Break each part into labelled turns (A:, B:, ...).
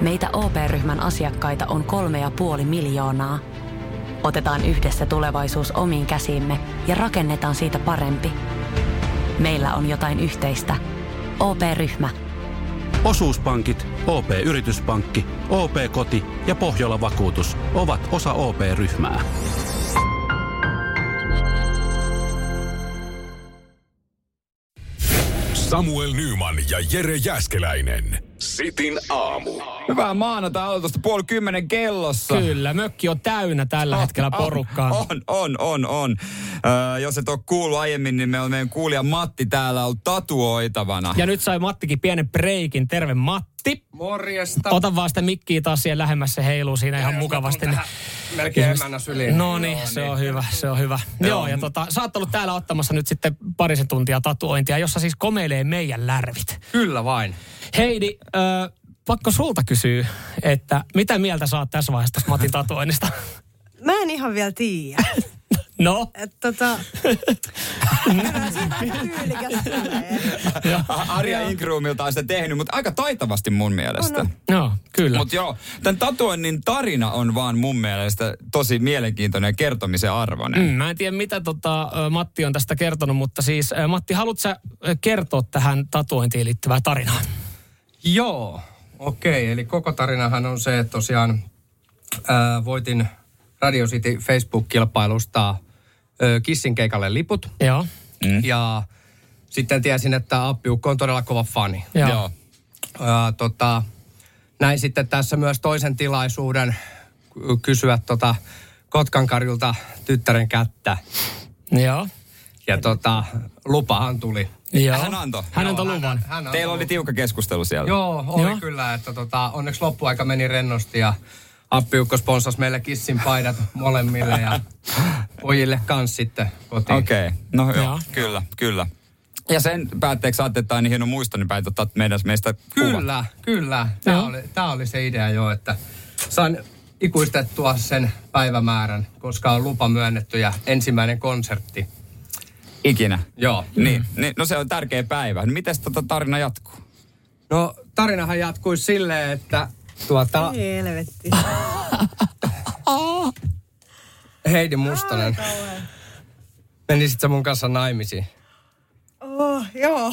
A: Meitä OP-ryhmän asiakkaita on kolme ja puoli miljoonaa. Otetaan yhdessä tulevaisuus omiin käsiimme ja rakennetaan siitä parempi. Meillä on jotain yhteistä. OP-ryhmä.
B: Osuuspankit, OP-yrityspankki, OP-koti ja Pohjola-vakuutus ovat osa OP-ryhmää.
C: Samuel Nyman ja Jere Jäskeläinen. Sitin aamu.
D: Hyvää maanantai aloitusta puoli kymmenen kellossa.
E: Kyllä, mökki on täynnä tällä
D: On,
E: hetkellä
D: on,
E: porukkaa.
D: On, on, on, on. Öö, jos et ole kuullut aiemmin, niin meillä on meidän kuulija Matti täällä ollut tatuoitavana.
E: Ja nyt sai Mattikin pienen breikin. Terve Matti.
F: Morjesta.
E: Ota vaan sitä mikkiä taas siellä lähemmässä heiluu siinä ihan
F: Jos mä
E: mukavasti.
F: tuun
E: niin-
F: tähän Melkein emännä syliin.
E: No niin, se on hyvä, se on hyvä. Joo, ja tota, sä oot ollut täällä ottamassa nyt sitten parisen tuntia tatuointia, jossa siis komeilee meidän lärvit.
F: Kyllä vain.
E: Heidi, ö, pakko sulta kysyä, että mitä mieltä sä oot tässä vaiheessa tästä Matin tatuoinnista?
G: Mä en ihan vielä tiedä.
E: No,
G: Et Tota, kyllä se on aika tyylikäs tulee.
D: Arja Ingruumilta on sitä tehnyt, mutta aika taitavasti mun mielestä.
E: no kyllä.
D: Mutta joo, tämän tatuoinnin tarina on vaan mun mielestä tosi mielenkiintoinen ja kertomisen arvoinen.
E: Mm, Mä en tiedä, mitä tota, ö, Matti on tästä kertonut, mutta siis ö, Matti, haluatko sä ö, kertoa tähän tatuointiin liittyvää tarinaa?
F: Joo, okei. Eli koko tarinahan on se, että tosiaan ää, voitin Radio City Facebook-kilpailusta ö, Kissin keikalle liput.
E: Joo.
F: Mm. Ja sitten tiesin, että Appiukko on todella kova fani.
E: Joo.
D: Joo.
F: Ää, tota, näin sitten tässä myös toisen tilaisuuden ky- kysyä tota Kotkankarjulta tyttären kättä.
E: Joo.
F: Ja tota, lupahan tuli.
E: Joo.
D: Hän antoi.
E: Hän antoi
F: Joo,
E: luvan.
F: Hän, hän
D: Teillä oli tiukka keskustelu siellä.
F: Joo, oli
E: Joo.
F: Joo. kyllä, että tota, onneksi loppuaika meni rennosti ja Appiukko sponsas meille kissin paidat molemmille ja pojille kans sitten kotiin.
D: Okei, okay. no joo,
E: Joo.
D: kyllä, kyllä. Ja sen päätteeksi saatte, että tämä on niin hieno muisto, niin päätit ottaa meidän, meistä kuvan.
F: Kyllä, kyllä. Tämä
E: Joo.
F: oli, tämä oli se idea jo, että sain ikuistettua sen päivämäärän, koska on lupa myönnetty ja ensimmäinen konsertti.
D: Ikinä.
F: Joo.
D: Niin, niin, no se on tärkeä päivä. Mites tota tarina jatkuu?
F: No tarinahan jatkui silleen, että tuota,
G: Ei helvetti.
F: Heidi Mustonen meni sitten mun kanssa naimisiin.
G: Oh, joo.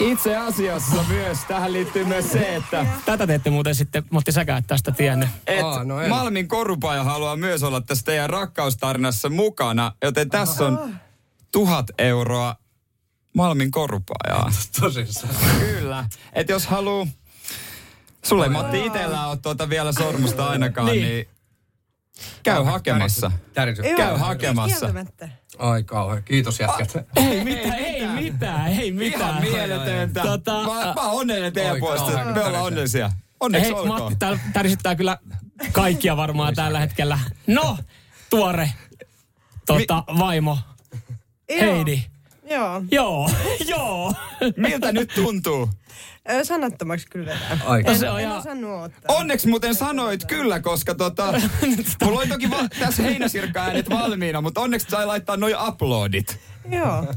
D: Itse asiassa myös, tähän liittyy myös se, että
E: Tätä te ette muuten sitten, Matti säkä et tästä tiennyt.
D: et no
F: Aa, no en.
D: Malmin korupaja haluaa myös olla tässä teidän rakkaustarinassa mukana, joten tässä on tuhat euroa Malmin korupajaa.
F: Tosissaan.
D: Kyllä. Et jos haluu, sulle ei Matti itellä ole tuota vielä sormusta ainakaan, niin.
E: Niin.
D: käy hakemassa.
F: Tärisy.
D: Käy hakemassa.
G: Kieltämättä.
F: Ai kauhean, kiitos jätkät.
E: Ei mitään, ei mitään, ei mitään.
D: Ihan mieletöntä.
E: Tota,
D: mä,
E: äh,
D: mä oon onnellinen teidän
F: Oi,
D: puolesta.
F: kauhean
D: Me ollaan
F: tärisee.
D: onnellisia.
E: Hei,
D: Onneksi olkoon.
E: Matti, täällä tärisyttää kyllä kaikkia varmaan tällä hetkellä. No, tuore tota, vaimo,
G: Joo.
E: Heidi.
G: Joo.
E: Joo, joo.
D: Miltä nyt tuntuu?
G: Ö, Sanattomaksi kyllä vedän.
F: Ai
E: No
F: kauhean.
E: se on
G: En
E: ihan...
G: osannut ottaa.
D: Onneksi muuten sanoit kyllä, koska tota, mulla oli toki va- tässä heinäsirkka äänet valmiina, mutta onneksi sai laittaa noi uploadit.
G: Joo.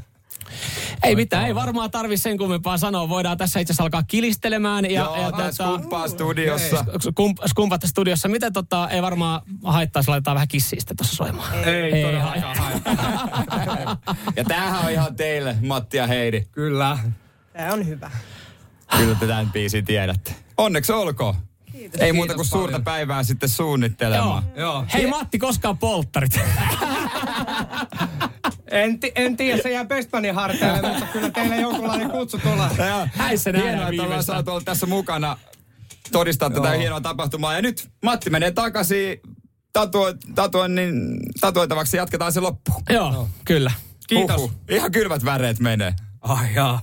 E: Ei mitään, ei varmaan tarvi sen kummempaa sanoa. Voidaan tässä itse asiassa alkaa kilistelemään. Ja, tota-
D: Joo,
E: ja
D: ja skumppaa studiossa.
E: skumpa, skumpa tässä studiossa. Mitä tota, ei varmaan haittaisi, laitetaan vähän kissiistä tuossa soimaan.
F: Ei,
E: Ei
F: ei todellakaan.
D: Ja tämähän on ihan teille, Matti ja Heidi.
F: Kyllä.
G: Tää on hyvä.
D: Kyllä te tämän biisin tiedätte. Onneksi olkoon. Kiitos. Ei muuta kuin
F: Kiitos
D: suurta
F: paljon.
D: päivää sitten suunnittelemaan.
F: Joo.
E: Hei Matti, koskaan polttarit.
F: En, ti- en tiedä, se jää Bestmanin harteille, mutta kyllä teillä jonkunlainen kutsu tulee.
D: Joo.
E: Häissä
D: Hienoa,
E: nähdään
D: että ollaan
E: viimeistään.
D: saatu olla tässä mukana todistaa tätä hienoa tapahtumaa. Ja nyt Matti menee takaisin tatuo, tatuo, niin, tatuoitavaksi. Jatketaan se loppuun.
E: Joo, kyllä.
F: Kiitos.
D: Huhhuh. Ihan kylmät väreet menee.
F: Ai jaa.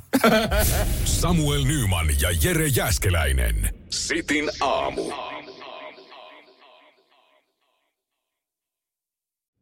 C: Samuel Nyman ja Jere Jäskeläinen. Sitin aamu.